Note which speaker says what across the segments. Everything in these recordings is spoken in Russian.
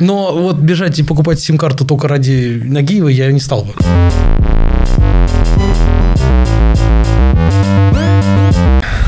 Speaker 1: Но вот бежать и покупать сим-карту только ради Нагиева я не стал бы.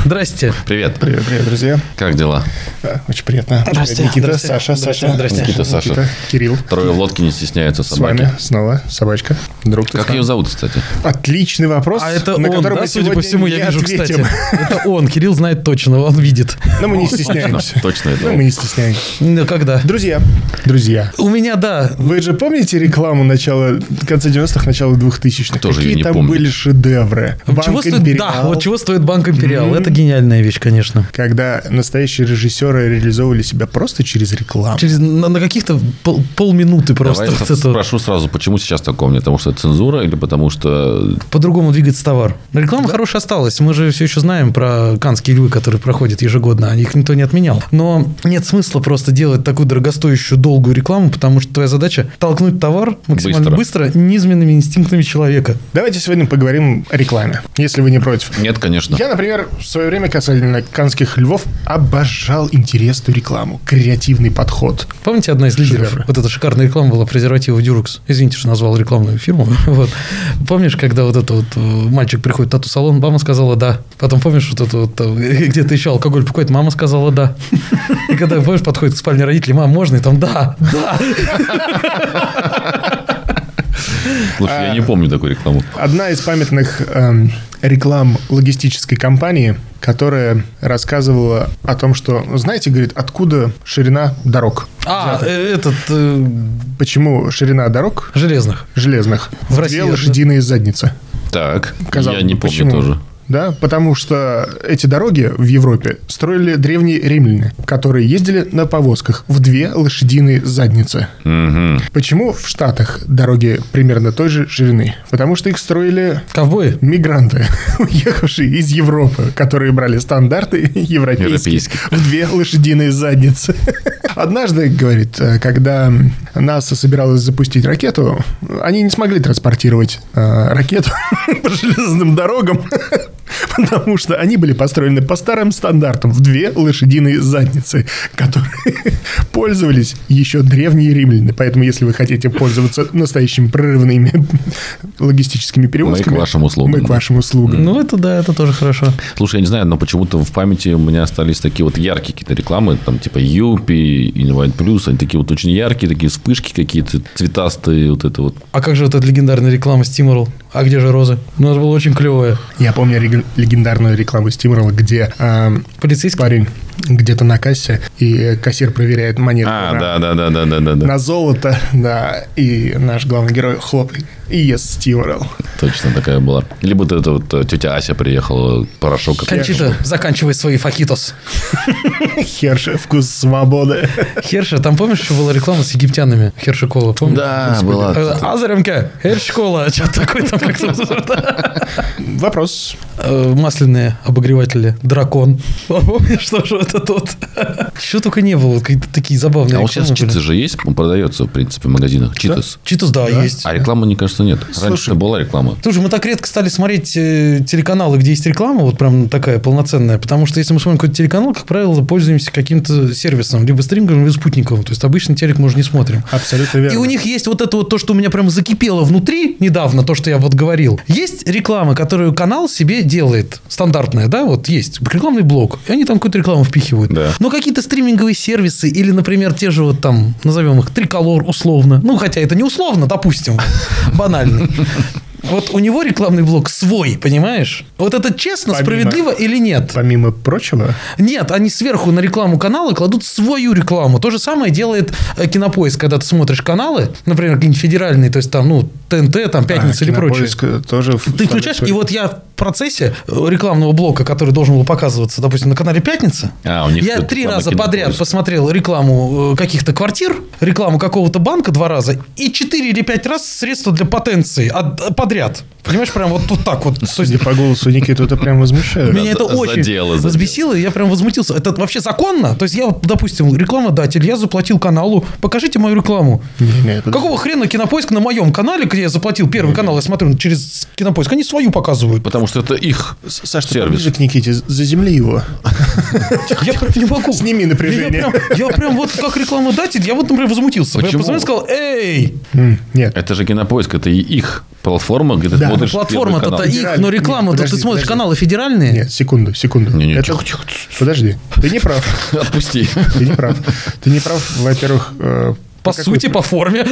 Speaker 1: Здрасте.
Speaker 2: Привет.
Speaker 3: Привет, привет, друзья.
Speaker 2: Как дела?
Speaker 3: Э, Очень приятно.
Speaker 1: Здрасте.
Speaker 3: Никита,
Speaker 1: Здрасте.
Speaker 3: Саша,
Speaker 1: Здрасте,
Speaker 3: Саша.
Speaker 1: здрасте.
Speaker 2: Никита, Саша.
Speaker 3: Кирилл.
Speaker 2: Трое в лодке не стесняются
Speaker 3: С вами
Speaker 2: собаки.
Speaker 3: снова собачка. Друг ты
Speaker 2: Как
Speaker 3: сам.
Speaker 2: ее зовут, кстати?
Speaker 3: Отличный вопрос,
Speaker 1: А это
Speaker 3: на
Speaker 1: он,
Speaker 3: который
Speaker 1: да,
Speaker 3: мы
Speaker 1: судя по
Speaker 3: сегодня
Speaker 1: всему, я
Speaker 3: не
Speaker 1: вижу,
Speaker 3: ответим.
Speaker 1: кстати. Это он, Кирилл знает точно, он видит.
Speaker 3: Но мы не стесняемся.
Speaker 2: Точно это
Speaker 3: Но
Speaker 2: он.
Speaker 3: мы не стесняемся.
Speaker 1: Ну, когда?
Speaker 3: Друзья, друзья,
Speaker 1: У меня, да,
Speaker 3: вы же помните рекламу начала, конца 90-х, начала 2000-х?
Speaker 2: Тоже её
Speaker 3: Какие
Speaker 2: не
Speaker 3: там
Speaker 2: помню.
Speaker 3: были шедевры? Банк
Speaker 1: чего стоит, Да,
Speaker 3: «Империал».
Speaker 1: вот чего стоит Банк Империал. Это гениальная вещь, конечно.
Speaker 3: Когда настоящие режиссеры реализовывали себя просто через рекламу.
Speaker 1: Через, на, на каких-то пол- полминуты просто
Speaker 2: Давай я
Speaker 1: вот это вот.
Speaker 2: спрошу сразу, почему сейчас такое мне? Потому что цензура или потому что...
Speaker 1: по-другому двигается товар. Реклама хорошая осталась. Мы же все еще знаем про канские львы, которые проходят ежегодно. а Их никто не отменял. Но нет смысла просто делать такую дорогостоящую долгую рекламу, потому что твоя задача толкнуть товар максимально быстро, низменными инстинктами человека.
Speaker 3: Давайте сегодня поговорим о рекламе, если вы не против.
Speaker 2: Нет, конечно.
Speaker 3: Я, например, в свое время касательно канских львов обожал интересную рекламу, креативный подход.
Speaker 1: Помните, одна из лидеров?
Speaker 3: Шедевры.
Speaker 1: Вот эта шикарная реклама была презерватива Дюрукс. Извините, что назвал рекламную фирму. Вот. Помнишь, когда вот этот вот э, мальчик приходит в тату-салон, мама сказала «да». Потом помнишь, вот это вот там, где-то еще алкоголь покупает, мама сказала «да». И когда, помнишь, подходит к спальне родителей, мам, можно? И там «да».
Speaker 2: Слушай,
Speaker 3: а,
Speaker 2: я не помню такую рекламу.
Speaker 3: Одна из памятных эм, реклам логистической компании, которая рассказывала о том, что, знаете, говорит, откуда ширина дорог?
Speaker 1: А, э, этот, э,
Speaker 3: Почему ширина дорог
Speaker 1: железных.
Speaker 3: железных?
Speaker 1: В России,
Speaker 3: Две
Speaker 1: да.
Speaker 3: лошадиные задницы.
Speaker 2: Так,
Speaker 3: Казалось
Speaker 2: я не
Speaker 3: бы,
Speaker 2: помню
Speaker 3: почему?
Speaker 2: тоже.
Speaker 3: Да, потому что эти дороги в Европе строили древние римляне, которые ездили на повозках в две лошадиные задницы.
Speaker 2: Мгм.
Speaker 3: Почему в Штатах дороги примерно той же ширины? Потому что их строили
Speaker 1: Ковбои?
Speaker 3: мигранты, уехавшие из Европы, которые брали стандарты европейские,
Speaker 2: Европейские.
Speaker 3: в две лошадиные задницы. Однажды, говорит, э, когда НАСА собиралась запустить ракету, они не смогли транспортировать э, ракету по железным дорогам, потому что они были построены по старым стандартам в две лошадиные задницы, которые пользовались еще древние римляне. Поэтому, если вы хотите пользоваться настоящими прорывными логистическими перевозками,
Speaker 2: вашим услугам.
Speaker 3: мы к вашим услугам.
Speaker 1: Ну, это да, это тоже хорошо.
Speaker 2: Слушай, я не знаю, но почему-то в памяти у меня остались такие вот яркие какие-то рекламы, там типа Юпи, Инвайт Плюс, они такие вот очень яркие, такие вспышки какие-то, цветастые, вот это вот.
Speaker 1: А как же вот эта легендарная реклама Стиморл? А где же розы? Ну, это было очень клевое.
Speaker 3: Я помню рег- легендарную рекламу Стимрола, где эм,
Speaker 1: Полицейский?
Speaker 3: парень где-то на кассе, и кассир проверяет монетку
Speaker 2: А,
Speaker 3: на,
Speaker 2: да, да, да, да, да, да, да.
Speaker 3: на золото, да, и наш главный герой хлопает, и ест Стимрол.
Speaker 2: Точно такая была. Либо вот эта вот э, тетя Ася приехала, порошок. какой-то.
Speaker 1: Кончита, заканчивай свои факитос.
Speaker 3: Херши, вкус свободы.
Speaker 1: Херша, там помнишь, еще была реклама с египтянами? Херша кола, помнишь?
Speaker 2: Да, была.
Speaker 3: а,
Speaker 1: Азаремка, Херша кола, что-то такое там как-то.
Speaker 3: Вопрос.
Speaker 1: Э, Масляные обогреватели, дракон. Помнишь, что же это тот? Что только не было, какие-то такие забавные
Speaker 2: А вот сейчас
Speaker 1: рекламы были.
Speaker 2: читасы же есть, он продается, в принципе, в магазинах. Читас.
Speaker 1: Читас, да, есть.
Speaker 2: А рекламы, мне кажется, нет. Раньше была реклама.
Speaker 1: Слушай, мы так редко стали смотреть э, телеканалы, где есть реклама, вот прям такая полноценная, потому что если мы смотрим какой-то телеканал, как правило, пользуемся каким-то сервисом, либо стрингом, либо спутниковым. То есть обычный телек мы уже не смотрим.
Speaker 3: Абсолютно верно.
Speaker 1: И у них есть вот это вот то, что у меня прям закипело внутри недавно, то, что я вот говорил. Есть реклама, которую канал себе делает, стандартная, да, вот есть рекламный блок, и они там какую-то рекламу впихивают.
Speaker 2: Да.
Speaker 1: Но какие-то стриминговые сервисы или, например, те же вот там, назовем их, триколор условно, ну, хотя это не условно, допустим, банальный. Вот у него рекламный блок свой, понимаешь? Вот это честно,
Speaker 3: Помимо-
Speaker 1: справедливо или нет?
Speaker 3: Помимо прочего,
Speaker 1: Нет, они сверху на рекламу канала кладут свою рекламу. То же самое делает э, Кинопоиск, когда ты смотришь каналы, например, какие-нибудь федеральные, то есть там, ну, ТНТ, там, Пятница
Speaker 3: а,
Speaker 1: или прочее.
Speaker 3: Кинопоиск тоже...
Speaker 1: Ты включаешь, и вот я в процессе э, рекламного блока, который должен был показываться, допустим, на канале «Пятница»,
Speaker 2: А, у них
Speaker 1: я
Speaker 2: тут
Speaker 1: три
Speaker 2: реклама
Speaker 1: раза
Speaker 2: кино
Speaker 1: подряд
Speaker 2: происходит.
Speaker 1: посмотрел рекламу э, каких-то квартир, рекламу какого-то банка два раза и четыре или пять раз средства для потенции от- э, подряд. Понимаешь, прям вот, вот так вот. То есть
Speaker 3: Судя по голосу Никиты, это прям возмущает.
Speaker 1: меня это
Speaker 2: за-
Speaker 1: очень
Speaker 2: задело, задело.
Speaker 1: возбесило, и я прям возмутился. Это вообще законно? То есть я, вот, допустим, рекламодатель, я заплатил каналу, покажите мою рекламу.
Speaker 3: Не-не, это-
Speaker 1: Какого хрена Кинопоиск на моем канале, где я заплатил первый канал, я смотрю через Кинопоиск, они свою показывают.
Speaker 2: Потому что это их
Speaker 3: С- Саш, ты
Speaker 2: сервис.
Speaker 3: поближе к Никите, заземли его.
Speaker 1: Я прям не могу.
Speaker 3: Сними напряжение.
Speaker 1: Я прям, я прям вот как рекламодатель, я вот, например, возмутился. Я
Speaker 2: Почему?
Speaker 1: позвонил и сказал, эй,
Speaker 3: М, Нет.
Speaker 2: Это же кинопоиск, это и их платформа, где ты
Speaker 3: Да,
Speaker 2: смотришь. первый
Speaker 1: платформа-то
Speaker 2: канал.
Speaker 1: их, но
Speaker 3: Федеральный.
Speaker 1: реклама,
Speaker 3: Нет,
Speaker 1: то ты
Speaker 3: подожди,
Speaker 1: смотришь
Speaker 3: подожди.
Speaker 1: каналы федеральные.
Speaker 3: Нет, секунду, секунду.
Speaker 2: Не-не,
Speaker 3: Это-
Speaker 2: тихо, тихо, тихо.
Speaker 3: Подожди, ты не прав.
Speaker 2: Отпусти.
Speaker 3: Ты не прав. Ты не прав, во-первых, э,
Speaker 1: По
Speaker 3: какой-
Speaker 1: сути, по форме.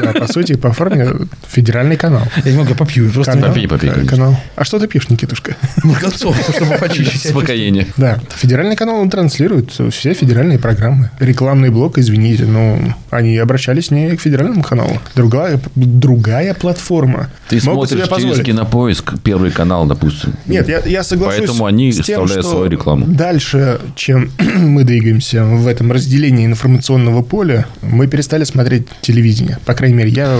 Speaker 3: Да, по сути, по форме федеральный канал.
Speaker 1: Я немного попью,
Speaker 3: Канал,
Speaker 1: просто
Speaker 2: Попей, попей,
Speaker 3: э,
Speaker 2: конечно.
Speaker 3: канал. А что ты пьешь, Никитушка?
Speaker 1: не готов, чтобы почистить.
Speaker 2: Успокоение.
Speaker 3: Да, федеральный канал, он транслирует все федеральные программы. Рекламный блок, извините, но они обращались не к федеральному каналу. Другая, другая платформа.
Speaker 2: Ты
Speaker 3: Могут
Speaker 2: смотришь
Speaker 3: себе
Speaker 2: через
Speaker 3: позволить.
Speaker 2: кинопоиск, первый канал, допустим.
Speaker 3: Нет, я, я соглашусь
Speaker 2: Поэтому они
Speaker 3: с тем,
Speaker 2: вставляют
Speaker 3: что
Speaker 2: свою рекламу.
Speaker 3: Дальше, чем мы двигаемся в этом разделении информационного поля, мы перестали смотреть телевидение. По крайней мере, я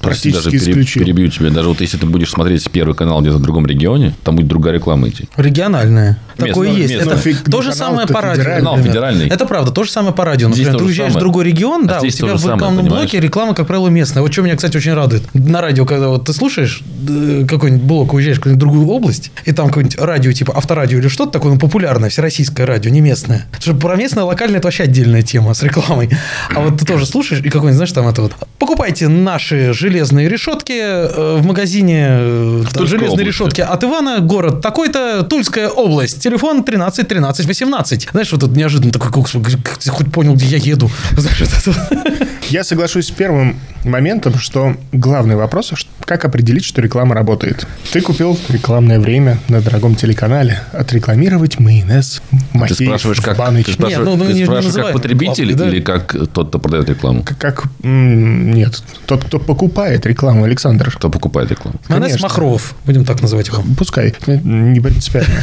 Speaker 2: Прости, даже
Speaker 3: практически
Speaker 2: пере-
Speaker 3: исключил.
Speaker 2: перебью тебя. Даже вот если ты будешь смотреть первый канал где-то в другом регионе, там будет другая реклама идти.
Speaker 1: Региональная.
Speaker 2: Местная,
Speaker 1: Такое есть.
Speaker 2: местная.
Speaker 1: Это
Speaker 3: Фиг-
Speaker 1: то же
Speaker 3: канал-то
Speaker 1: самое по радио.
Speaker 3: федеральный.
Speaker 2: Канал
Speaker 1: например.
Speaker 2: федеральный.
Speaker 1: Это правда, то же самое по радио.
Speaker 2: Здесь
Speaker 1: Например, ты
Speaker 2: то же
Speaker 1: уезжаешь в
Speaker 2: самое.
Speaker 1: другой регион,
Speaker 2: А
Speaker 1: да, у
Speaker 2: здесь то
Speaker 1: тебя
Speaker 2: же
Speaker 1: в
Speaker 2: самое,
Speaker 1: рекламном
Speaker 2: понимаешь?
Speaker 1: блоке реклама, как правило, местная. Вот что меня, кстати, очень радует. На радио, когда вот ты слушаешь э, какой-нибудь блок, уезжаешь в какую-нибудь другую область, и там какое-нибудь радио, типа авторадио или что-то такое, ну, популярное, всероссийское радио, не местное. Потому что про местное, локальное – это вообще отдельная тема с рекламой. А вот ты тоже слушаешь, и какой-нибудь, знаешь, там это вот. Покупайте наши железные решетки э, в магазине э, там,
Speaker 2: Тульской
Speaker 1: железные
Speaker 2: области».
Speaker 1: решетки от Ивана, город такой-то, Тульская область, телефон 13 13 18. Знаешь, вот тут неожиданно такой кукс, как ты хоть понял, где я еду. Знаешь, это вот.
Speaker 3: Я соглашусь с первым моментом, что главный вопрос, ш- как определить, что реклама работает. Ты купил рекламное время на дорогом телеканале, отрекламировать майонез
Speaker 2: Ты
Speaker 3: Махеев
Speaker 2: спрашиваешь,
Speaker 3: в
Speaker 2: как,
Speaker 3: Баныч.
Speaker 2: ты спрашиваешь,
Speaker 1: ну, ну,
Speaker 2: ты
Speaker 1: не- не
Speaker 2: спрашиваешь, как
Speaker 1: называют
Speaker 2: потребитель
Speaker 1: рекламу, да?
Speaker 2: или как э, тот, кто продает рекламу?
Speaker 3: К- Как... м, Нет, тот, кто покупает рекламу, Александр.
Speaker 2: Кто покупает рекламу?
Speaker 1: Майонез
Speaker 3: Конечно.
Speaker 1: Махров, будем так называть его.
Speaker 3: Пускай, не принципиально.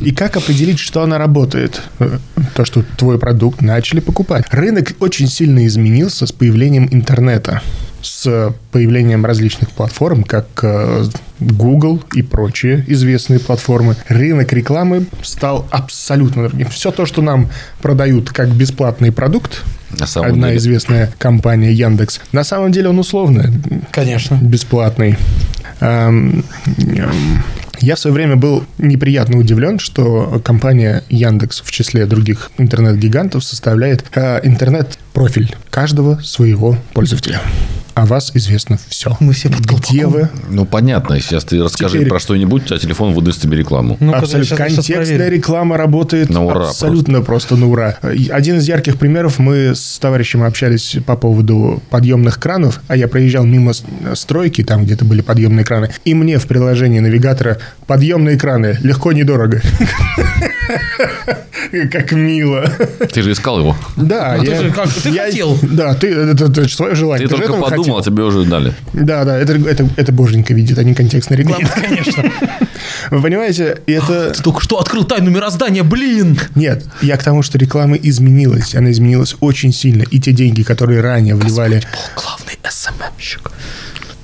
Speaker 3: И как определить, что она работает? Э, То, что твой продукт начали покупать. Рынок очень сильно изменился с появлением интернета, с появлением различных платформ, как э, Google и прочие известные платформы. Рынок рекламы стал абсолютно другим. Все то, что нам продают как бесплатный продукт,
Speaker 2: На самом
Speaker 3: одна
Speaker 2: деле.
Speaker 3: известная компания Яндекс, на самом деле он условно
Speaker 1: Конечно.
Speaker 3: бесплатный. Эм, эм, Я в свое время был неприятно удивлен, что компания Яндекс в числе других интернет-гигантов составляет э, интернет-профиль каждого своего пользователя. О вас известно все.
Speaker 1: Мы все под колпаком.
Speaker 3: Где вы?
Speaker 2: Ну, понятно, сейчас ты расскажи
Speaker 3: Теперь-
Speaker 2: про что-нибудь, а телефон выдаст тебе рекламу.
Speaker 1: Ну,
Speaker 3: Абсолютно. Контекстная
Speaker 1: проверим.
Speaker 3: реклама работает
Speaker 2: На ура
Speaker 3: абсолютно просто. на ура. И Один из ярких примеров, мы с товарищем общались по поводу подъемных кранов, а я проезжал мимо с- стройки, там где-то были подъемные краны, и мне в приложении навигатора подъемные краны, легко, недорого. Как мило.
Speaker 2: Ты же искал его.
Speaker 3: Да,
Speaker 1: Ну, ты
Speaker 3: я-
Speaker 1: же как- ты
Speaker 3: я-
Speaker 1: хотел.
Speaker 3: Да, ты это, это свое
Speaker 2: Ты
Speaker 3: желание. же
Speaker 2: только
Speaker 3: этого хотел.
Speaker 2: подумал, а тебе уже дали.
Speaker 3: Да, да, это, это, это боженька видит, а не контекстная реклама.
Speaker 1: Конечно.
Speaker 3: Вы понимаете, и это...
Speaker 1: Ты только что открыл тайну мироздания, блин.
Speaker 3: Нет, я к тому, что реклама изменилась. Она изменилась очень сильно. И те деньги, которые ранее вливали...
Speaker 1: Главный СММщик.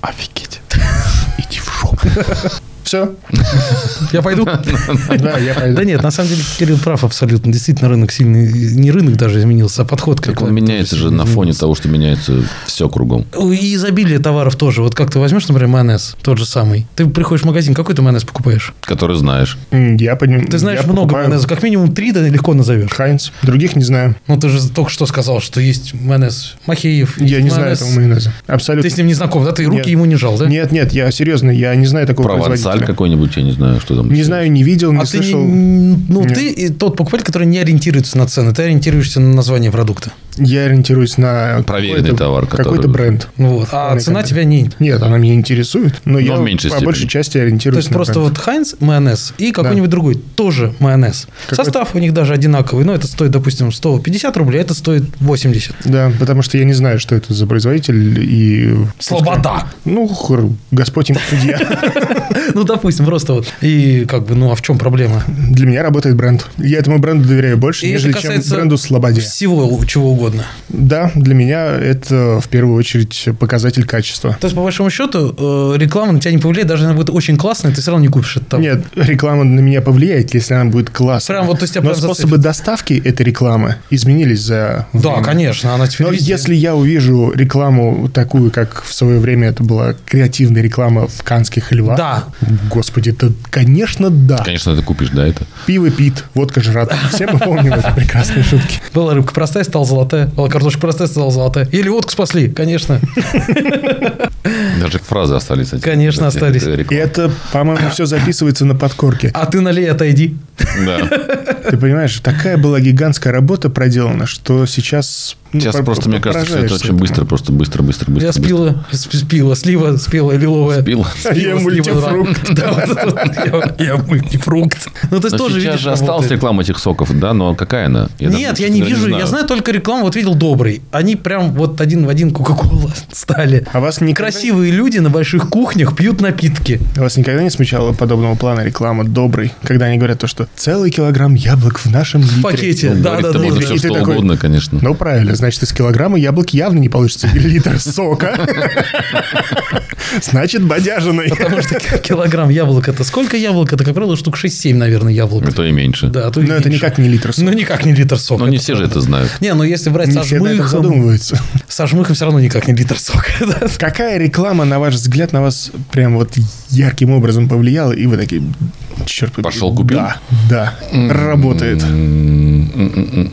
Speaker 3: Офигеть. Иди в жопу. Все.
Speaker 1: Я пойду?
Speaker 3: Да, я пойду.
Speaker 1: Да нет, на самом деле Кирилл прав абсолютно. Действительно, рынок сильно... Не рынок даже изменился, а подход к
Speaker 2: Так он
Speaker 1: рекламе.
Speaker 2: меняется же на фоне того, что меняется все кругом.
Speaker 1: Ну, И изобилие товаров тоже. Вот как ты возьмешь, например, майонез, тот же самый. Ты приходишь в магазин, какой ты майонез покупаешь?
Speaker 2: Который знаешь.
Speaker 3: М, Я подним-
Speaker 1: Ты знаешь
Speaker 3: я
Speaker 1: много
Speaker 3: покупаю
Speaker 1: майонеза, как минимум три, да, легко назовешь.
Speaker 3: Хайнц. Других не знаю.
Speaker 1: Ну, ты же только что сказал, что есть майонез Махеев.
Speaker 3: Я
Speaker 1: есть
Speaker 3: не
Speaker 1: майонез-
Speaker 3: знаю этого майонеза. Абсолютно.
Speaker 1: Ты с ним не знаком, да? Ты руки
Speaker 3: Нет.
Speaker 1: ему не жал, да?
Speaker 3: Нет, нет, я серьезно, я не знаю такого
Speaker 2: Провансаль
Speaker 3: производителя.
Speaker 2: какой-нибудь, я не знаю, что там.
Speaker 3: Не знаю, не видел, не
Speaker 1: А ты, не-
Speaker 3: слышал.
Speaker 1: ну,
Speaker 3: Нет.
Speaker 1: ты и тот покупатель, который не ориентируется на цены, ты ориентируешься на название продукта.
Speaker 3: Я ориентируюсь на
Speaker 2: Проверенный
Speaker 3: какой-то-
Speaker 2: товар, который-
Speaker 3: какой-то бренд.
Speaker 1: Вот. А
Speaker 3: Ой,
Speaker 1: цена
Speaker 3: как-
Speaker 1: тебя не...
Speaker 3: Нет, она меня интересует, но, я
Speaker 2: Ну, в меньшей
Speaker 3: по
Speaker 2: степени.
Speaker 3: большей части
Speaker 1: То
Speaker 3: ориентируюсь
Speaker 1: есть
Speaker 3: на
Speaker 1: просто
Speaker 3: бренд.
Speaker 1: вот Хайнц майонез и какой-нибудь другой тоже майонез.
Speaker 3: Какой-то-
Speaker 1: Состав у них даже одинаковый, но это стоит, допустим, 150 рублей, а это стоит 80.
Speaker 3: Да, потому что я не знаю, что это за производитель и...
Speaker 1: Слобода.
Speaker 3: Ну, хур, Господь им судья.
Speaker 1: Ну, допустим, просто вот. И как бы, ну, а в чем проблема?
Speaker 3: Для меня работает бренд. Я этому бренду доверяю больше,
Speaker 1: И это
Speaker 3: нежели чем
Speaker 1: касается
Speaker 3: бренду Слободе.
Speaker 1: Всего у- чего угодно.
Speaker 3: Да, для меня это в первую очередь показатель качества.
Speaker 1: То есть, по большому счету, э, реклама на тебя не повлияет, даже она будет очень классная, ты все равно не купишь это. там.
Speaker 3: Нет, реклама на меня повлияет, если она будет классная.
Speaker 1: Прям вот, то есть, тебя
Speaker 3: Но
Speaker 1: прям зацепит.
Speaker 3: способы доставки этой рекламы изменились за
Speaker 1: Да,
Speaker 3: время.
Speaker 1: конечно, она теперь
Speaker 3: Но
Speaker 1: везде.
Speaker 3: если я увижу рекламу такую, как в свое время это была креативная реклама в Канских львах.
Speaker 1: Да.
Speaker 3: Господи, это, конечно, да.
Speaker 2: Конечно, ты купишь, да, это?
Speaker 3: Пиво пит, водка жрат. Все мы помним эти прекрасные шутки.
Speaker 1: Была рыбка простая, стала золотая. Была картошка простая, стала золотая. Или водку спасли, конечно.
Speaker 2: Даже фразы остались. эти-
Speaker 1: Конечно,
Speaker 2: эти-
Speaker 1: остались.
Speaker 2: эти
Speaker 3: И
Speaker 2: рекламы.
Speaker 3: это, по-моему, все записывается на подкорке.
Speaker 1: А ты налей, отойди.
Speaker 2: Да.
Speaker 3: Ты понимаешь, такая была гигантская работа проделана, что сейчас... ну,
Speaker 2: Сейчас
Speaker 3: пор-
Speaker 2: просто, мне кажется, все это
Speaker 3: поражаешься
Speaker 2: очень быстро, просто быстро, быстро, быстро.
Speaker 1: Я
Speaker 2: быстро.
Speaker 1: спила, сп- спила, слива, спела лиловая.
Speaker 2: Пил.
Speaker 3: А Я
Speaker 1: Слива, слива, да.
Speaker 3: мультифрукт.
Speaker 1: Да, вот это вот, я- Я мультифрукт. Ну, то есть
Speaker 2: Но
Speaker 1: тоже
Speaker 2: сейчас
Speaker 1: видишь...
Speaker 2: же
Speaker 1: работает.
Speaker 2: осталась реклама этих соков, да, но какая она? даже
Speaker 1: Нет, я не
Speaker 2: честно
Speaker 1: вижу. Я знаю только рекламу. Вот видел добрый. Они прям вот один в один Кока-Кола стали.
Speaker 3: А вас никогда, А
Speaker 1: Красивые люди на больших кухнях пьют напитки.
Speaker 3: вас никогда не смущала подобного плана реклама «Добрый», когда они говорят то, что целый килограмм яблок в нашем литре.
Speaker 1: В пакете.
Speaker 2: Ну,
Speaker 1: Да, да,
Speaker 2: говорить-то
Speaker 1: да.
Speaker 2: можно
Speaker 1: да.
Speaker 2: все,
Speaker 3: И ты
Speaker 2: что
Speaker 3: такой,
Speaker 2: угодно, конечно.
Speaker 3: Ну, правильно, значит, из килограмма яблок явно не получится литр сока. Значит, бодяженый.
Speaker 1: Потому что ки- килограмм яблок это сколько яблок? Это, как правило, штук 6-7, наверное, яблок.
Speaker 2: И то и меньше.
Speaker 1: Да, а то и
Speaker 3: Но Ну, это
Speaker 1: меньше.
Speaker 3: никак не литр
Speaker 1: Ну,
Speaker 3: сока.
Speaker 1: никак не литр сока.
Speaker 2: Но не все же это знают.
Speaker 1: Не, ну если брать
Speaker 3: Не
Speaker 1: со
Speaker 3: все до этого
Speaker 1: жмыхом,
Speaker 3: задумываются.
Speaker 1: со жмыхом все равно никак не литр сока. да.
Speaker 3: Какая реклама, на ваш взгляд, на вас прям вот ярким образом повлияла, и вы такие, черт побери.
Speaker 2: Пошел купил?
Speaker 3: Да, да, работает.
Speaker 2: М, м, м, м,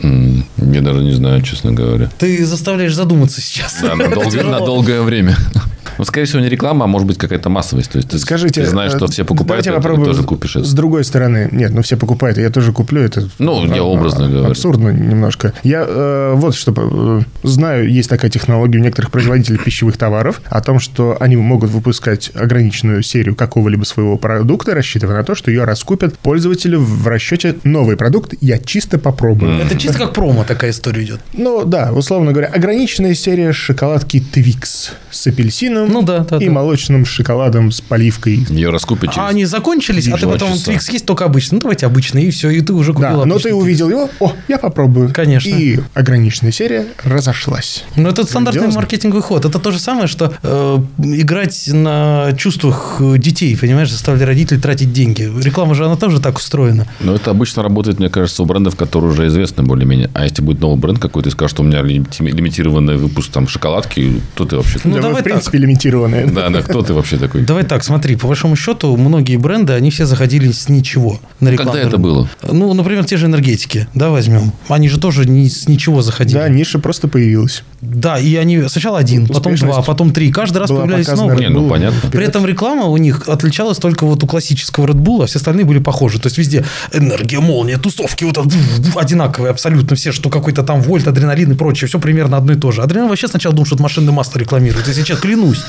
Speaker 2: м. Я даже не знаю, честно говоря.
Speaker 1: Ты заставляешь задуматься сейчас.
Speaker 2: Да, на,
Speaker 1: Это
Speaker 2: долгое-
Speaker 1: тяжело.
Speaker 2: на долгое время. Ну, скорее всего, не реклама, а может быть какая-то массовость. То есть ты,
Speaker 3: Скажите,
Speaker 2: ты знаешь, что
Speaker 3: э,
Speaker 2: все покупают,
Speaker 3: давайте
Speaker 2: это, ты
Speaker 3: попробую
Speaker 2: тоже купишь это.
Speaker 3: С другой стороны, нет, ну все покупают, и я тоже куплю это.
Speaker 2: Ну, я
Speaker 3: а,
Speaker 2: образно
Speaker 3: а,
Speaker 2: говорю.
Speaker 3: Абсурдно немножко. Я э, вот что э, знаю, есть такая технология у некоторых производителей пищевых товаров о том, что они могут выпускать ограниченную серию какого-либо своего продукта, рассчитывая на то, что ее раскупят пользователи в расчете новый продукт. Я чисто попробую.
Speaker 1: Это чисто как промо такая история идет.
Speaker 3: Ну да, условно говоря, ограниченная серия шоколадки Twix с апельсином
Speaker 1: Ну да, да,
Speaker 3: и
Speaker 1: да.
Speaker 3: молочным шоколадом с поливкой.
Speaker 2: Ее раскупят через...
Speaker 1: А они закончились, а ты
Speaker 2: Два
Speaker 1: потом
Speaker 2: часа.
Speaker 1: Twix есть только обычный. Ну, давайте обычный, и все, и ты уже купил
Speaker 3: Да, но
Speaker 1: обычный.
Speaker 3: ты увидел его, о, я попробую.
Speaker 1: Конечно.
Speaker 3: И ограниченная серия разошлась.
Speaker 1: Ну, это стандартный
Speaker 3: Грандиозно.
Speaker 1: маркетинговый ход. Это то же самое, что э, играть на чувствах э, детей, понимаешь, заставили родителей тратить деньги. Реклама же, она тоже так устроена.
Speaker 2: Но это обычно работает, мне кажется, у брендов, которые уже известны более-менее. А если будет новый бренд какой-то и скажет, что у меня лимити- лимитированный выпуск там шоколадки, кто ты вообще?
Speaker 1: Ну,
Speaker 3: да, вы,
Speaker 1: давай
Speaker 3: в принципе, лимитированные.
Speaker 2: Да, да, кто ты вообще такой?
Speaker 1: Давай так, смотри, по большому счету, многие бренды, они все заходили с ничего на рекламу.
Speaker 2: Когда это было?
Speaker 1: Ну, например, те же энергетики, да, возьмем. Они же тоже не, с ничего заходили.
Speaker 3: Да, ниша просто появилась.
Speaker 1: Да, и они сначала один, потом
Speaker 3: Успешность
Speaker 1: два, потом три. Каждый раз
Speaker 3: Была
Speaker 1: появлялись
Speaker 3: показана
Speaker 1: новые.
Speaker 2: Не, ну,
Speaker 3: Bull.
Speaker 2: понятно.
Speaker 1: При этом реклама у них отличалась только вот у классического Red Bull, а все остальные были похожи. То есть везде энергия, молния, тусовки, вот это, вф, вф, одинаковые абсолютно все, что какой-то там вольт, адреналин и прочее. Все примерно одно и то же. Адреналин вообще сначала думал, что это машинное масло рекламирует. Я сейчас клянусь.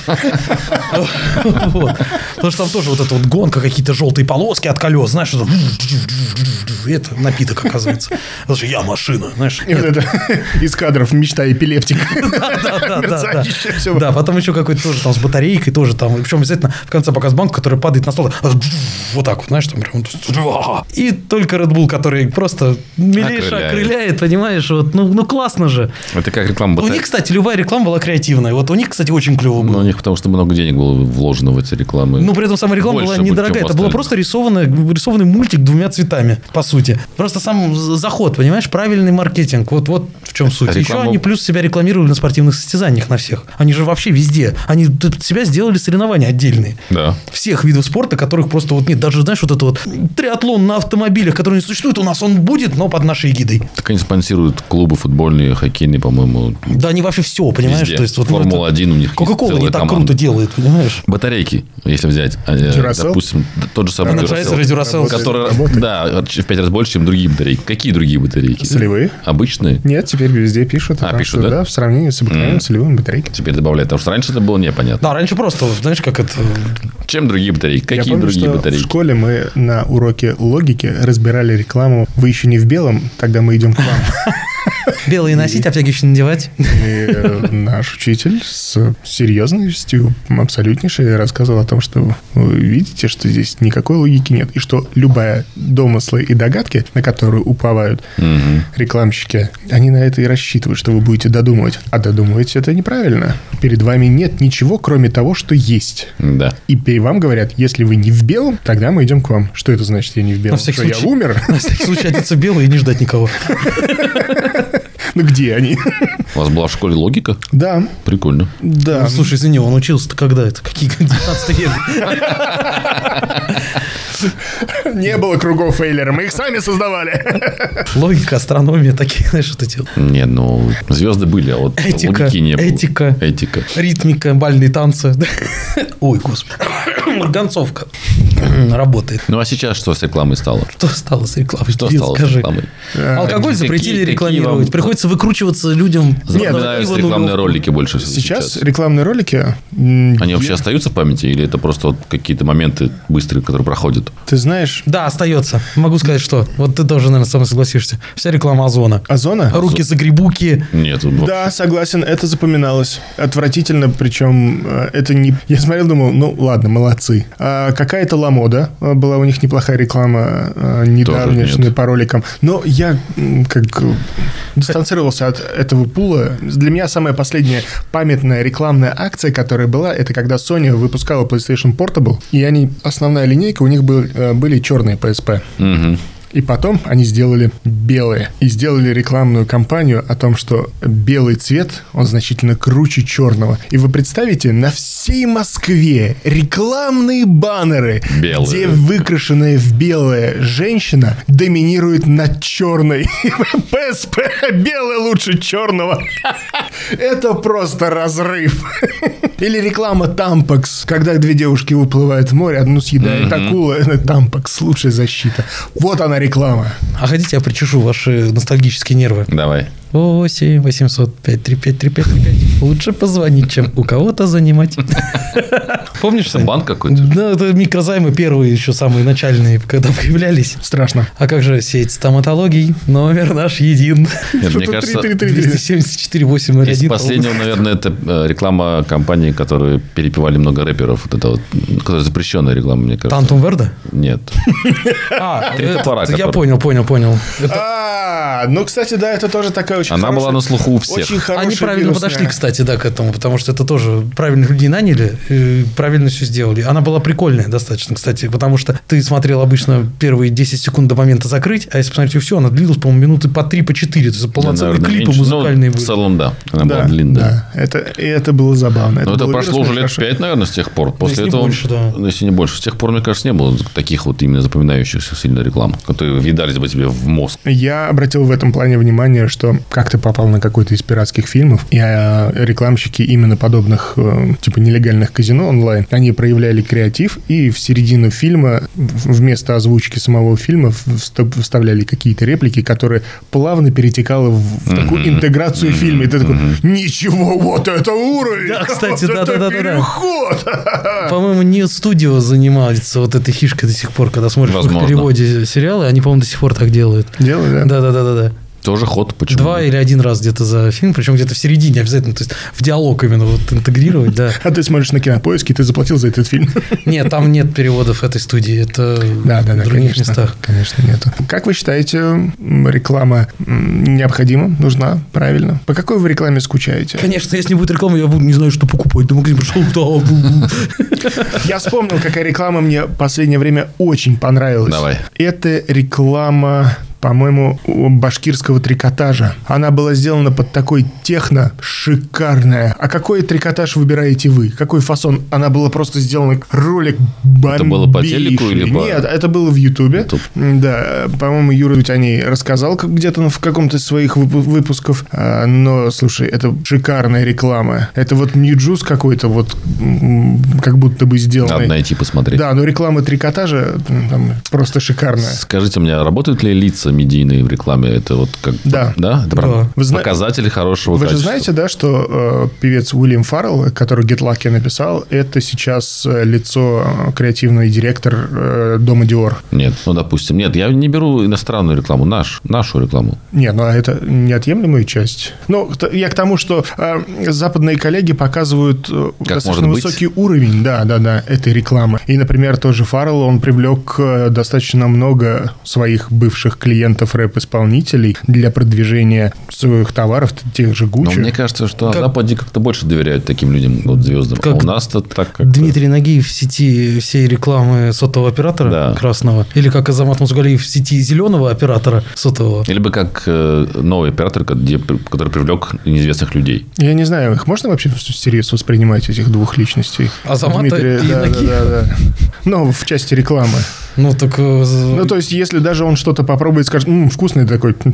Speaker 1: Вот. Потому что там тоже вот эта вот гонка, какие-то желтые полоски от колес. Знаешь, это, и это напиток оказывается. Потому что я машина, знаешь.
Speaker 3: И вот это из кадров мечта эпилептика.
Speaker 1: Да, да, да, да.
Speaker 3: Мерцающее всё.
Speaker 1: Да, потом еще какой-то тоже там с батарейкой тоже там. Причем обязательно в конце показ банку, который падает на стол. Вот так вот, знаешь, там прям. И только Red Bull, который просто милейше
Speaker 2: Окрыляет.
Speaker 1: окрыляет, понимаешь, вот, ну, ну классно же.
Speaker 2: Это как
Speaker 1: Ну,
Speaker 2: реклама
Speaker 1: У
Speaker 2: батареи.
Speaker 1: них, кстати, любая реклама была креативная. Вот у них, кстати, очень клево
Speaker 2: Ну,
Speaker 1: было.
Speaker 2: у них потому что много денег было вложено в эти рекламы.
Speaker 1: Но Ну, при этом сама реклама
Speaker 2: Больше
Speaker 1: была
Speaker 2: будет,
Speaker 1: недорогая.
Speaker 2: чем у
Speaker 1: Это было
Speaker 2: остальных.
Speaker 1: просто рисованное- рисованный мультик двумя цветами, по сути. Просто сам з- заход, понимаешь, правильный маркетинг. Вот, вот в чем суть. Еще
Speaker 2: Реклама-
Speaker 1: они плюс себя рекламировали на спортивных состязаниях на всех. Они же вообще везде. Они тут себя сделали соревнования отдельные.
Speaker 2: Да.
Speaker 1: Всех видов спорта, которых просто вот нет. Даже, знаешь, вот это вот триатлон на автомобилях, который не существует, у нас он будет, но под нашей гидой.
Speaker 2: Так они спонсируют клубы футбольные, хоккейные, по-моему,
Speaker 1: Да они вообще все, понимаешь?
Speaker 2: везде.
Speaker 1: То есть, вот, ну, это-
Speaker 2: Формула-1 у них есть
Speaker 1: Кока-кола не
Speaker 2: целая
Speaker 1: так
Speaker 2: команда.
Speaker 1: круто делает, понимаешь?
Speaker 2: Батарейки, если взять, э,
Speaker 3: Дюрасел?
Speaker 2: допустим, д- тот же самый
Speaker 1: Energizer
Speaker 2: Duracell,
Speaker 1: и Duracell.
Speaker 2: который, да, в пять раз больше, чем другие батарейки. Какие другие батарейки?
Speaker 3: Солевые?
Speaker 2: Обычные?
Speaker 3: Нет, теперь везде пишут.
Speaker 2: А,
Speaker 3: потому
Speaker 2: пишут,
Speaker 3: что,
Speaker 2: да?
Speaker 3: в сравнении с обыкновенными солевыми батарейками.
Speaker 2: Теперь добавляют, потому что раньше это было непонятно.
Speaker 1: Да, раньше просто, знаешь, как это...
Speaker 2: Чем другие батарейки?
Speaker 3: Я
Speaker 2: Какие
Speaker 3: помню,
Speaker 2: другие
Speaker 3: что в
Speaker 2: батарейки?
Speaker 3: школе мы на уроке логики разбирали рекламу «Вы еще не в белом, тогда мы идем к вам».
Speaker 1: Белые носить, обтягивающие надевать.
Speaker 3: И э, наш учитель с серьезностью абсолютнейшей рассказывал о том, что вы видите, что здесь никакой логики нет, и что любая домыслы и догадки, на которые уповают рекламщики, они на это и рассчитывают, что вы будете додумывать. А додумывать это неправильно. Перед вами нет ничего, кроме того, что есть.
Speaker 2: Да.
Speaker 3: И перед вам говорят, если вы не в белом, тогда мы идем к вам. Что это значит, я не в белом? Что,
Speaker 1: всякий
Speaker 3: я
Speaker 1: случай.
Speaker 3: умер?
Speaker 1: На всякий случай одеться в белый и не ждать никого.
Speaker 3: Ну, где они?
Speaker 2: У вас была в школе логика?
Speaker 3: Да,
Speaker 2: Прикольно.
Speaker 3: да.
Speaker 1: Ну, слушай, извини, он учился-то когда? Это какие 19 век?
Speaker 3: Не было кругов Эйлера, мы их сами создавали.
Speaker 1: Логика, астрономия, такие, знаешь, вот эти вот.
Speaker 2: Не, ну, звезды были, а вот
Speaker 1: Этика,
Speaker 2: логики не было.
Speaker 1: этика.
Speaker 2: Этика.
Speaker 1: Ритмика, бальные танцы. Ой, господи. Марганцовка работает.
Speaker 2: Ну, а сейчас что с рекламой стало?
Speaker 1: Что стало с рекламой?
Speaker 2: Что
Speaker 1: Кирилл,
Speaker 2: стало с
Speaker 1: скажи.
Speaker 2: рекламой?
Speaker 1: Алкоголь
Speaker 2: Какие-
Speaker 1: запретили
Speaker 2: какие
Speaker 1: рекламировать.
Speaker 2: вам-
Speaker 1: Приходится выкручиваться людям.
Speaker 2: Запоминаются
Speaker 1: Ивану
Speaker 2: рекламные
Speaker 1: Лёвку.
Speaker 2: ролики больше всего
Speaker 3: ну, Сейчас, рекламные ролики... м,
Speaker 2: Они вообще остаются в памяти или это просто вот какие-то моменты быстрые, которые проходят?
Speaker 3: Ты знаешь,
Speaker 1: Да, остается. Могу сказать, что. Вот ты тоже, наверное, со мной согласишься. Вся реклама Озона.
Speaker 3: Озона?
Speaker 1: Руки загребуки.
Speaker 2: Нет, вот
Speaker 3: Да, согласен, это запоминалось. Отвратительно, причем э, это не... Я смотрел, думал, ну ладно, молодцы. А какая-то ламода э, была у них неплохая реклама э, недавнешняя
Speaker 2: нет.
Speaker 3: по роликам. Но я м, как э, дистанцировался от этого пула. Для меня самая последняя памятная рекламная акция, которая была, это когда Sony выпускала PlayStation Portable, и они, основная линейка, у них был, э, были черные PSP.
Speaker 2: Мгм.
Speaker 3: И потом они сделали белые. И сделали рекламную кампанию о том, что белый цвет, он значительно круче черного. И вы представите, на всей Москве рекламные баннеры,
Speaker 2: Белые.
Speaker 3: где выкрашенная в белое женщина доминирует над черной. ПСП белый лучше черного. Это просто разрыв. Или реклама Тампакс, когда две девушки выплывают в море, одну съедает акула, это Тампакс, лучшая защита. Вот она реклама.
Speaker 1: А хотите, я причешу ваши ностальгические нервы.
Speaker 2: Давай.
Speaker 1: 8 800 535 3535. Лучше позвонить, чем у кого-то занимать. Помнишь, Сань?
Speaker 2: Банк какой-то?
Speaker 1: Да, это микрозаймы первые еще самые начальные, когда появлялись.
Speaker 3: Страшно.
Speaker 1: А как же сеть стоматологий? Номер наш един.
Speaker 2: Нет, мне
Speaker 3: Что-то
Speaker 2: кажется,
Speaker 3: 3-3-3-3.
Speaker 1: 274
Speaker 2: из
Speaker 1: 801.
Speaker 2: последнего, наверное, это э, реклама компании, которые перепевали много рэперов. Вот это вот, м, которая запрещенная реклама, мне кажется.
Speaker 1: Тантум Верда?
Speaker 2: Нет.
Speaker 1: А,
Speaker 2: Три
Speaker 1: это-
Speaker 2: топора,
Speaker 1: я
Speaker 2: которые-
Speaker 1: понял, понял, понял. Это-
Speaker 3: А, ну, кстати, да, это тоже такая очень
Speaker 2: Она была
Speaker 3: хорошая-
Speaker 2: на слуху у всех.
Speaker 3: Очень хорошая
Speaker 1: Они правильно
Speaker 3: вирусная.
Speaker 1: подошли, кстати, да, к этому, потому что это тоже правильных людей наняли, э, правильно все сделали. Она была прикольная достаточно, кстати, потому что ты смотрел обычно первые 10 секунд до момента закрыть, а если посмотреть все, она длилась, по-моему, минуты по 3 по 4 Это полноценные
Speaker 2: Наверное,
Speaker 1: клипы
Speaker 2: меньше. Ну,
Speaker 1: музыкальные
Speaker 2: В
Speaker 1: были.
Speaker 2: целом, да. Она
Speaker 3: Да,
Speaker 2: была длинная.
Speaker 3: да. Это, и это было забавно.
Speaker 2: Но Ну, это
Speaker 3: было
Speaker 2: прошло уже
Speaker 3: вирусно,
Speaker 2: лет
Speaker 3: хорошо.
Speaker 2: пять, наверное, с тех пор. После
Speaker 1: если не
Speaker 2: этого,
Speaker 1: больше, да.
Speaker 2: ну, если не больше. С тех пор, мне кажется, не было таких вот именно запоминающихся сильно реклам, которые въедались бы тебе в мозг.
Speaker 3: Я обратил в этом плане внимание, что как ты попал на какой-то из пиратских фильмов, и э, рекламщики именно подобных, э, типа, нелегальных казино онлайн, они проявляли креатив, и в середину фильма в- вместо озвучки самого фильма в- вста- вставляли какие-то реплики, которые плавно перетекало в, в такую интеграцию фильма. И ты такой, ничего, вот это уровень!
Speaker 1: Да, кстати,
Speaker 3: вот это
Speaker 1: да-да-да-да-да.
Speaker 3: переход!»
Speaker 1: По-моему, New Studio занимается вот этой фишкой до сих пор, когда смотришь в
Speaker 2: Возможно.
Speaker 1: их переводе сериалы, они, по-моему, до сих пор так делают.
Speaker 3: Дело, да?
Speaker 1: Да-да-да-да-да.
Speaker 2: Тоже ход, почему?
Speaker 1: Два или один раз где-то за фильм, причем где-то в середине обязательно, то есть в диалог именно вот интегрировать, да.
Speaker 3: А ты смотришь на кинопоиски, ты заплатил за этот фильм.
Speaker 1: Нет, там нет переводов этой студии, это
Speaker 3: Да, да, да,
Speaker 1: в других
Speaker 3: конечно.
Speaker 1: местах.
Speaker 3: Конечно, нету. Как вы считаете, м, реклама м, необходима, нужна, правильно? По какой вы рекламе скучаете?
Speaker 1: Конечно, если не будет рекламы, я буду не знаю, что покупать. Думаю, магазин пришел, да, бу-бу.
Speaker 3: Я вспомнил, какая реклама мне в последнее время очень понравилась.
Speaker 2: Давай.
Speaker 3: Это реклама по-моему, у башкирского трикотажа. Она была сделана под такой техно, шикарная. А какой трикотаж выбираете вы? Какой фасон? Она была просто сделана ролик бомбейший.
Speaker 2: было по телеку или по-
Speaker 3: Нет, это было в Ютубе.
Speaker 2: Ютуб.
Speaker 3: М, Да, э, по-моему, Юра ведь о ней рассказал как- где-то ну, в каком-то из своих выпу- выпусков. А, Но, слушай, это шикарная реклама. Это вот Мьюджус какой-то вот м, как будто бы
Speaker 2: Надо
Speaker 3: сделанный.
Speaker 2: найти, посмотреть.
Speaker 3: Да, но реклама трикотажа м, там, просто шикарная.
Speaker 2: Скажите мне, а работают ли лица медийные в рекламе, это вот как...
Speaker 3: Да.
Speaker 2: Да? Это правда?
Speaker 3: Вы зна-
Speaker 2: Показатель хорошего
Speaker 3: Вы же
Speaker 2: качества.
Speaker 3: знаете, да, что э, певец Уильям Фаррелл, который Get Lucky написал, это сейчас э, лицо, э, креативный директор э, Дома Диор.
Speaker 2: Нет, ну, допустим. Нет, я не беру иностранную рекламу, наш, нашу рекламу.
Speaker 3: Не, ну а это неотъемлемая часть. Ну, к- я к тому, что э, западные коллеги показывают э,
Speaker 2: Как
Speaker 3: достаточно
Speaker 2: может быть?
Speaker 3: высокий уровень, да, да, да, этой рекламы. И, например, тоже Фаррелл, он привлек э, достаточно много своих бывших клиентов рэп-исполнителей для продвижения своих товаров, тех же
Speaker 2: Но
Speaker 3: Гуччи.
Speaker 2: Ну, мне кажется, что
Speaker 1: Как-
Speaker 2: на Западе как-то больше доверяют таким людям, вот звездам.
Speaker 1: Как
Speaker 2: А у нас-то так как
Speaker 1: Дмитрий Нагиев в сети всей рекламы сотового оператора
Speaker 2: Да.
Speaker 1: красного. Или как Азамат Музгалиев в сети зеленого оператора сотового.
Speaker 2: Или бы как э, новый оператор, ко- где при- который привлек неизвестных людей.
Speaker 3: Я не знаю, их можно вообще всерьез воспринимать, этих двух личностей?
Speaker 1: Азамата
Speaker 3: Дмитрия,
Speaker 1: и
Speaker 3: да, да,
Speaker 1: Нагиева.
Speaker 3: да, да. Ну, в части рекламы.
Speaker 1: Ну, так... э, з-
Speaker 3: Ну, то есть, если даже он что-то попробует, скажет, «М, вкусный такой.
Speaker 2: Но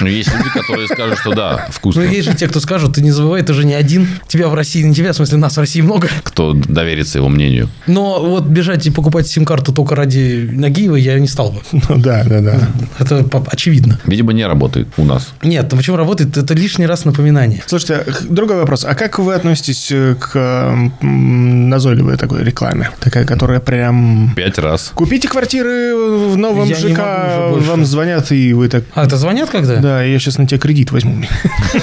Speaker 2: Ну, есть люди, которые скажут, что да,
Speaker 1: ну,
Speaker 2: вкусно.
Speaker 1: есть же те, кто скажут, ты не забывай, ты же не один. Тебя в России, не тебя, в смысле, нас в России много.
Speaker 2: Кто доверится его мнению.
Speaker 1: Но вот бежать и покупать сим-карту только ради Нагиева я не стал бы.
Speaker 3: Ну, да, да, да.
Speaker 1: Это по- очевидно.
Speaker 2: Видимо, не работает у нас.
Speaker 1: Нет, ну почему работает? Это лишний раз напоминание.
Speaker 3: Слушайте, х- другой вопрос. А как вы относитесь э, к э, м, назойливой такой рекламе? Такая, которая прям...
Speaker 2: Пять раз.
Speaker 3: Купите квартиры в новом
Speaker 1: Я не
Speaker 3: ЖК,
Speaker 1: могу уже больше.
Speaker 3: вам звонят, и вы так...
Speaker 1: А, это звонят когда?
Speaker 3: Да, я сейчас на тебя кредит возьму.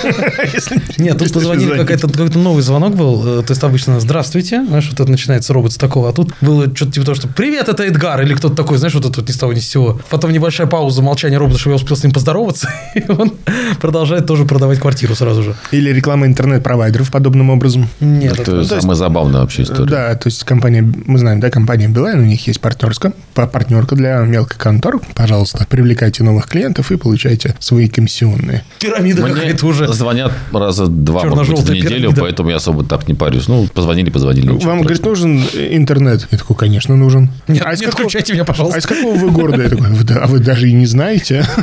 Speaker 3: Если не
Speaker 1: Нет, тут
Speaker 3: перестанешь
Speaker 1: позвонили,
Speaker 3: звонить.
Speaker 1: какой-то, какой-то новый звонок был. э, То есть обычно «Здравствуйте», знаешь, вот это начинается робот с такого. А тут было что-то типа того, что «Привет, это Эдгар» или кто-то такой, знаешь, вот это вот ни с того ни с сего. Потом небольшая пауза, молчание робота, чтобы я успел с ним поздороваться. И он продолжает тоже продавать квартиру сразу же.
Speaker 3: Или реклама интернет-провайдеров подобным образом.
Speaker 1: Нет,
Speaker 2: Это,
Speaker 1: это-
Speaker 3: ну, то есть-
Speaker 2: самая забавная
Speaker 1: э,
Speaker 2: вообще история.
Speaker 3: Да, то есть компания, мы знаем, да, компания Билайн, у них есть партнерка, па- партнерка для мелкой контор. Пожалуйста, привлекайте новых клиентов и получайте свои комиссионные.
Speaker 1: пирамида
Speaker 2: Мне
Speaker 1: какая-то уже.
Speaker 3: А
Speaker 2: звонят раза два, может быть, в
Speaker 1: Черно-желтая
Speaker 2: неделю,
Speaker 1: пирамида.
Speaker 2: поэтому я особо так не парюсь. Ну, позвонили, позвонили. ничего
Speaker 3: Вам, говорит,
Speaker 2: страшного.
Speaker 3: нужен интернет? Я такой, конечно, нужен.
Speaker 1: Нет,
Speaker 3: а из
Speaker 1: не
Speaker 3: какого-
Speaker 1: отключайте меня,
Speaker 3: А из
Speaker 1: пожалуйста.
Speaker 3: какого вы города? Я такой, «Вы да- а вы даже и не знаете.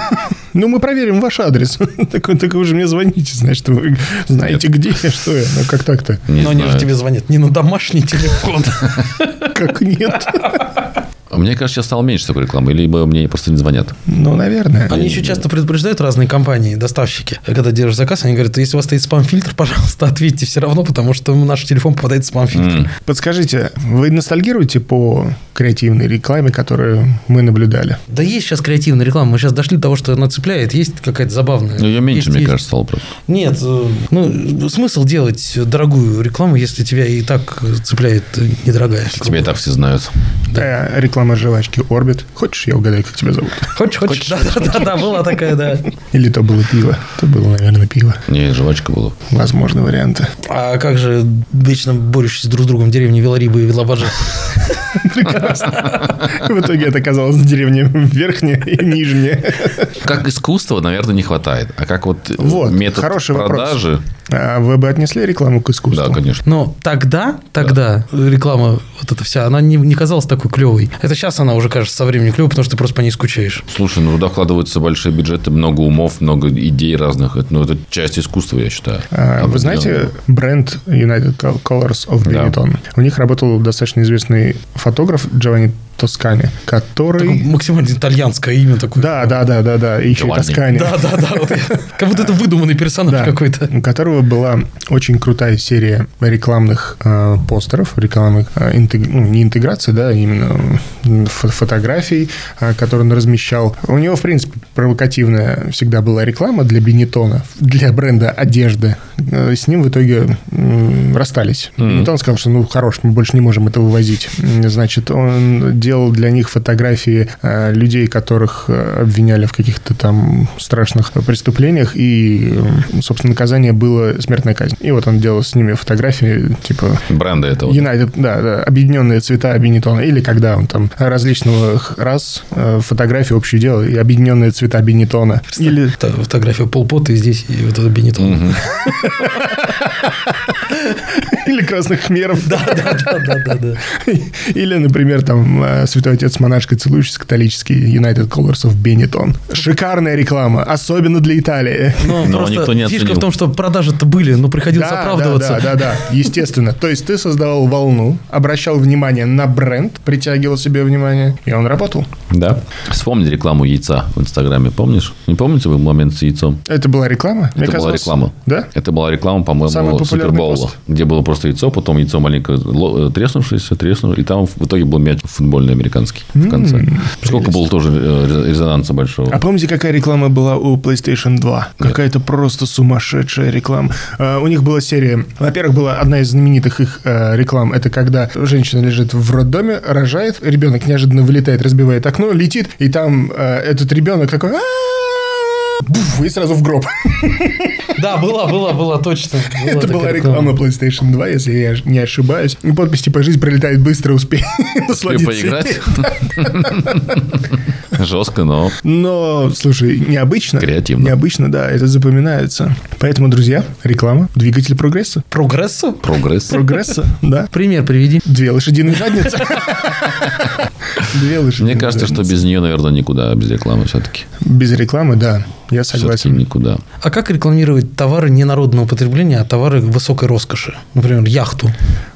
Speaker 3: Ну, мы проверим ваш адрес. Такой, так вы же мне звоните, значит, вы знаете, где я, что я. Ну, как так-то?
Speaker 2: Не
Speaker 1: Но они
Speaker 2: знаю.
Speaker 1: же тебе звонят не на домашний телефон.
Speaker 3: Как нет?
Speaker 2: А Мне кажется, я стал меньше такой рекламы, либо мне просто не звонят.
Speaker 3: Ну, наверное.
Speaker 1: Они еще часто предупреждают разные компании, доставщики, когда делаешь заказ, они говорят, если у вас стоит спам-фильтр, пожалуйста, ответьте все равно, потому что наш телефон попадает в спам-фильтр.
Speaker 2: М.
Speaker 3: Подскажите, вы ностальгируете по креативной рекламе, которую мы наблюдали?
Speaker 1: Да есть сейчас креативная реклама, мы сейчас дошли до того, что она цепляет, есть какая-то забавная.
Speaker 2: Ну, ее меньше,
Speaker 1: Есть,
Speaker 2: мне
Speaker 1: есть.
Speaker 2: кажется, стало просто.
Speaker 1: Нет, э, ну, смысл делать дорогую рекламу, если тебя и так цепляет э, недорогая.
Speaker 2: Тебя и так все знают.
Speaker 3: Э, Реклама жвачки Орбит. Хочешь, я угадаю, как тебя зовут?
Speaker 1: Хочешь, хочешь? Да, да, да, да, была такая, да.
Speaker 3: Или то было пиво? То было, наверное, пиво.
Speaker 2: Не, жвачка была.
Speaker 3: Возможно, варианты.
Speaker 1: А как же вечно борющиеся друг с другом деревни Велариба и Велабаджа?
Speaker 3: В итоге это оказалось деревня верхняя и нижняя.
Speaker 2: Как искусства, наверное, не хватает. А как вот, э,
Speaker 3: Вот,
Speaker 2: метод
Speaker 3: хороший вопрос.
Speaker 2: продажи...
Speaker 3: А вы бы отнесли рекламу к искусству?
Speaker 2: Да, конечно.
Speaker 1: Но тогда, тогда реклама вот эта вся, она не, не казалась такой клевой. Это сейчас она уже кажется со временем клевой, потому что ты просто по ней скучаешь.
Speaker 2: Слушай, ну туда вкладываются большие бюджеты, много умов, много идей разных. Это, ну, это часть искусства, я считаю.
Speaker 3: А, Вы
Speaker 2: Определенно.
Speaker 3: знаете бренд United Col- Colors of
Speaker 2: Да.
Speaker 3: Benetton? У них работал достаточно известный фотограф Джованни Тоскани,
Speaker 1: Такое
Speaker 3: который...
Speaker 1: максимально итальянское имя такое.
Speaker 3: Да, да, да, да, да, и еще и
Speaker 2: Джованни.
Speaker 3: Тоскани.
Speaker 1: Да, да, да. вот я- как будто это выдуманный персонаж
Speaker 3: Да.
Speaker 1: какой-то.
Speaker 3: у которого была очень крутая серия рекламных э, постеров, рекламных э, интег- ну, не интеграции, да, именно м, фо- фотографий, э, которые он размещал. У него, в принципе, провокативная всегда была реклама для Бенетона, для бренда одежды. Э, С ним в итоге м, расстались. Бенетон сказал, что ну хорош, мы больше не можем это вывозить. М, Значит, он делал для них фотографии э, людей, которых э, обвиняли в каких-то там страшных преступлениях, и, э, собственно, наказание было смертная казнь. И вот он делал с ними фотографии, типа
Speaker 2: Бренды этого.
Speaker 3: United, да, да, объединенные цвета Бенетона, или когда он там различных рас э, фотографии общее дело и объединенные цвета Бенетона. Или
Speaker 1: Та- фотография полпота и здесь, и вот это Бенетон.
Speaker 2: Мгм.
Speaker 3: или красных хмеров.
Speaker 1: Да, да, да, да, да, да.
Speaker 3: Или, например, там э, Святой Отец с монашкой целующийся католический United Colors of Benetton. Шикарная реклама, особенно для Италии.
Speaker 1: Но,
Speaker 2: Но
Speaker 1: просто
Speaker 2: никто не
Speaker 1: фишка
Speaker 2: оценил.
Speaker 1: в том, что продажи-то были, но приходилось
Speaker 3: Да,
Speaker 1: оправдываться.
Speaker 3: Да, да, да, да, естественно. То есть ты создавал волну, обращал внимание на бренд, притягивал себе внимание, и он работал.
Speaker 2: Да. Вспомни рекламу яйца в Инстаграме, помнишь? Не помните вы момент с яйцом?
Speaker 3: Это была реклама? Мне
Speaker 2: Это была
Speaker 3: казалось-
Speaker 2: реклама.
Speaker 3: Да?
Speaker 2: Это была реклама,
Speaker 3: Самый
Speaker 2: по-моему,
Speaker 3: популярный
Speaker 2: Супербоула,
Speaker 3: пост.
Speaker 2: где было просто яйцо, потом яйцо маленько ло- э, треснувшееся, треснувшее, и там в итоге был мяч футбольный американский в конце. Сколько было тоже э, резонанса большого.
Speaker 3: А помните, какая реклама была у PlayStation 2? Какая-то просто сумасшедшая реклама. Э, у них была серия... Во-первых, была одна из знаменитых их э, реклам. Это когда женщина лежит в роддоме, рожает, ребенок неожиданно вылетает, разбивает окно, летит, и там э, этот ребенок такой... «А-а-а!» Буф, и сразу в гроб.
Speaker 1: Да, была, была, была, точно.
Speaker 3: Это
Speaker 1: такая
Speaker 3: была реклама PlayStation 2, если я не ошибаюсь. И подпись типа «Жизнь пролетает быстро, успей
Speaker 2: Успею
Speaker 3: насладиться».
Speaker 2: поиграть? Жестко, но
Speaker 3: Но, слушай, необычно.
Speaker 2: Креативно.
Speaker 3: Необычно, да, это запоминается. Поэтому, друзья, реклама, двигатель прогресса.
Speaker 1: Прогресса?
Speaker 2: прогресс.
Speaker 3: Прогресса, да.
Speaker 1: Пример приведи.
Speaker 3: Две лошадиные задницы. Две лошадиные
Speaker 2: Мне кажется, что
Speaker 3: задницы.
Speaker 2: без нее, наверное, никуда, без рекламы все-таки.
Speaker 3: Без рекламы, да, я
Speaker 2: Все-таки
Speaker 3: согласен.
Speaker 2: никуда.
Speaker 1: А как рекламировать товары ненародного потребления, а товары высокой роскоши? Например, яхту.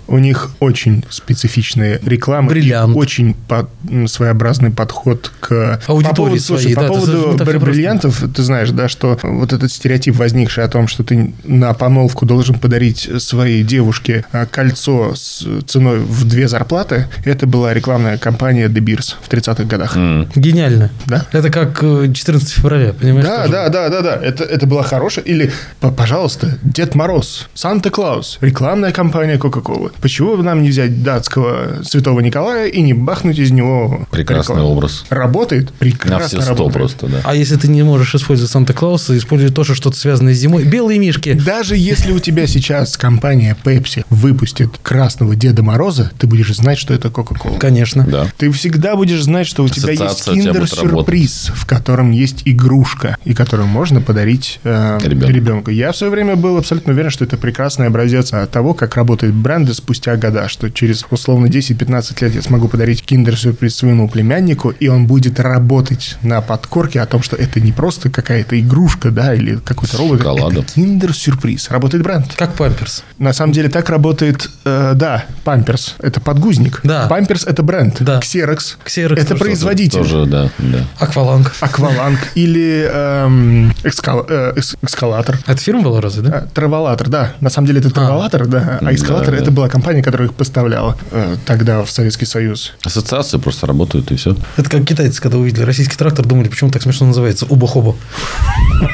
Speaker 3: У них очень специфичные рекламы. и
Speaker 1: Бриллиант.
Speaker 3: Очень по- м, своеобразный подход к
Speaker 1: Аудитории
Speaker 3: По поводу, слушай,
Speaker 1: своей,
Speaker 3: по
Speaker 1: да, это
Speaker 3: поводу
Speaker 1: же не так всё
Speaker 3: бр-
Speaker 1: просто.
Speaker 3: бриллиантов, ты знаешь, да, что вот этот стереотип, возникший о том, что ты на помолвку должен подарить своей девушке а, кольцо с ценой в две зарплаты, это была рекламная кампания De Beers в 30-х годах.
Speaker 2: М.
Speaker 1: Гениально.
Speaker 3: Да.
Speaker 1: Это как э, 14 февраля,
Speaker 2: Ну,
Speaker 1: понимаешь?
Speaker 3: Да,
Speaker 1: тоже?
Speaker 3: да, да, да, да. Это, это была хорошая. Или, п- пожалуйста, Дед Мороз, Санта-Клаус, рекламная кампания Кока-Колы. Почему бы нам не взять датского святого Николая и не бахнуть из него
Speaker 2: Прекрасный
Speaker 3: рекламу?
Speaker 2: образ.
Speaker 3: Работает?
Speaker 2: На
Speaker 3: Прекрасно
Speaker 2: все сто
Speaker 3: работает.
Speaker 2: просто, да.
Speaker 1: А если ты не можешь использовать Санта-Клауса, используй тоже что-то связанное с зимой. Белые мишки.
Speaker 3: Даже если у тебя сейчас компания Pepsi выпустит красного Деда Мороза, ты будешь знать, что это Кока-Кола.
Speaker 1: Конечно.
Speaker 2: Да.
Speaker 3: Ты всегда будешь знать, что у тебя есть
Speaker 2: Ассоциация у тебя будет
Speaker 3: киндер-сюрприз, в котором есть игрушка, и которую можно подарить э,
Speaker 2: Ребенку.
Speaker 3: ребенку. Я в свое время был абсолютно уверен, что это прекрасный образец э, того, как работают бренды спустя года, что через, условно, 10-15 лет я смогу подарить киндер-сюрприз своему племяннику, и он будет работать на подкорке о том, что это не просто какая-то игрушка, да, или какой-то робот.
Speaker 2: Шоколадом.
Speaker 3: Это киндер-сюрприз. Работает бренд.
Speaker 1: Как памперс.
Speaker 3: На самом деле так работает, э, да, Памперс. Это подгузник.
Speaker 1: Да.
Speaker 3: Памперс это бренд.
Speaker 1: Да.
Speaker 3: Ксерокс.
Speaker 1: Xerox
Speaker 3: это
Speaker 1: тоже.
Speaker 3: производитель.
Speaker 2: Тоже, да, да.
Speaker 1: А Акваланг.
Speaker 3: Акваланг или эм, экскал- э, экс- экскалатор.
Speaker 1: Это фирма была разве, да?
Speaker 3: Э, Траволатор, да. На самом деле это траволатор, да. А экскалатор
Speaker 2: Да, да.
Speaker 3: это была компания, которая их поставляла э, тогда в Советский Союз.
Speaker 2: Ассоциации просто работают, и все.
Speaker 1: Это как китайцы, когда увидели российский трактор, думали, почему так смешно называется. Уба-хоба.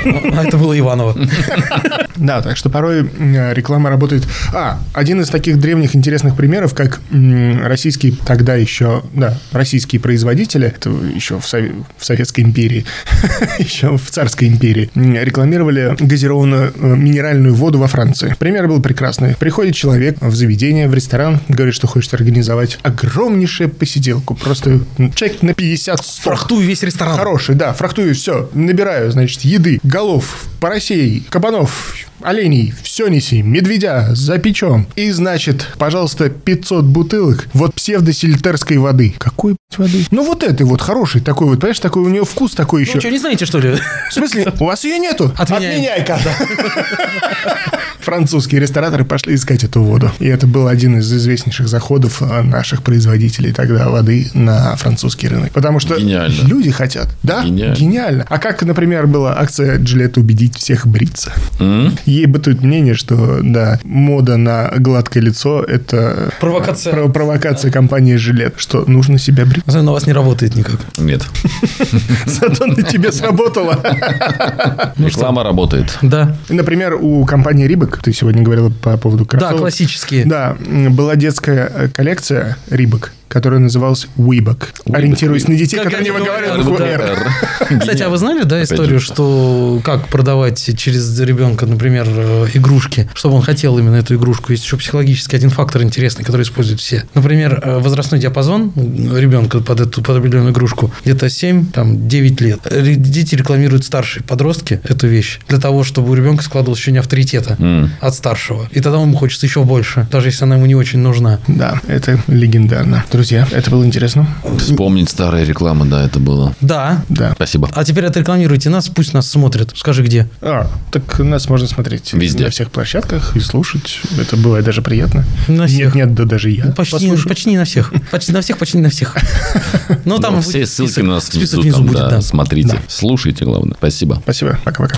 Speaker 1: А это было Иваново.
Speaker 3: Да, так что порой м, реклама работает. А, один из таких древних интересных примеров, как м, российские тогда еще, да, российские производители, это еще в, Сове- в Советской империи, еще в Царской империи, м, рекламировали газированную э, минеральную воду во Франции. Пример был прекрасный. Приходит человек в заведение, в ресторан, говорит, что хочет организовать огромнейшую посиделку. Просто м, человек на 50 строк.
Speaker 1: Фрахтую весь ресторан.
Speaker 3: Хороший, да, фрахтую, все, набираю, значит, еды, голов, поросей, кабанов, оленей, все неси, медведя, запечем. И, значит, пожалуйста, 500 бутылок вот псевдосельтерской воды. Какой, блядь, воды? Ну, вот этой вот, хороший такой вот, понимаешь, такой у нее вкус такой еще.
Speaker 1: Вы что, не знаете, что ли?
Speaker 3: В смысле, у вас ее нету?
Speaker 1: Отменяем.
Speaker 3: Отменяй-ка. Французские рестораторы пошли искать эту воду. И это был один из известнейших заходов э, наших производителей тогда воды на французский рынок. Потому что
Speaker 2: Гениально.
Speaker 3: люди хотят. Да?
Speaker 2: Гениально.
Speaker 3: А как, например, была акция Джилет убедить всех бриться?
Speaker 2: М?
Speaker 3: Ей бытует мнение, что, да, мода на гладкое лицо – это...
Speaker 1: Провокация.
Speaker 3: про- провокация компании «Жилет», что нужно себя брить.
Speaker 1: Знаю, на вас не работает никак.
Speaker 2: Нет.
Speaker 3: Зато на тебе сработало.
Speaker 2: Реклама работает.
Speaker 1: Да.
Speaker 3: Например, у компании Рибок, ты сегодня говорила по поводу
Speaker 1: Да,
Speaker 3: кроссовок.
Speaker 1: классические.
Speaker 3: Да, м, была детская э, коллекция Рибок, которая называлась Уибок. Ориентируясь на детей,
Speaker 1: Как
Speaker 3: которые не
Speaker 1: они
Speaker 3: выговаривают
Speaker 1: говорят,
Speaker 3: букву
Speaker 1: да.
Speaker 3: «Р».
Speaker 1: Кстати, а вы знали, да,
Speaker 2: Опять
Speaker 1: историю,
Speaker 2: же.
Speaker 1: что как продавать через ребенка, например, э, игрушки, чтобы он хотел именно эту игрушку? Есть еще психологически один фактор интересный, который используют все. Например, э, возрастной диапазон ребенка под эту под определенную игрушку где-то 7, там, 9 лет. Ре- Дети рекламируют старшие подростки эту вещь для того, чтобы у ребенка складывалось ощущение авторитета
Speaker 2: М.
Speaker 1: от старшего. И тогда ему хочется еще больше, даже если она ему не очень нужна.
Speaker 3: Да, это легендарно. Потому Друзья, это было интересно.
Speaker 2: Вспомнить старые рекламы, да, это было.
Speaker 1: Да.
Speaker 3: Да.
Speaker 2: Спасибо.
Speaker 1: А теперь отрекламируйте нас, пусть нас смотрят. Скажи, где.
Speaker 3: А, так нас можно смотреть
Speaker 2: Везде.
Speaker 3: на всех площадках и слушать. Это бывает даже приятно.
Speaker 1: На всех. Ну,
Speaker 3: Нет, нет, да даже я.
Speaker 1: Почти,
Speaker 3: послушаю.
Speaker 1: почти на всех. Почти на всех, почти на всех. Но Ну, там
Speaker 2: все
Speaker 1: будет
Speaker 2: Ну, ссылки
Speaker 1: список-
Speaker 2: у нас
Speaker 1: список
Speaker 2: внизу, там, да, смотрите. Слушайте, главное. Спасибо.
Speaker 3: Спасибо. Пока-пока.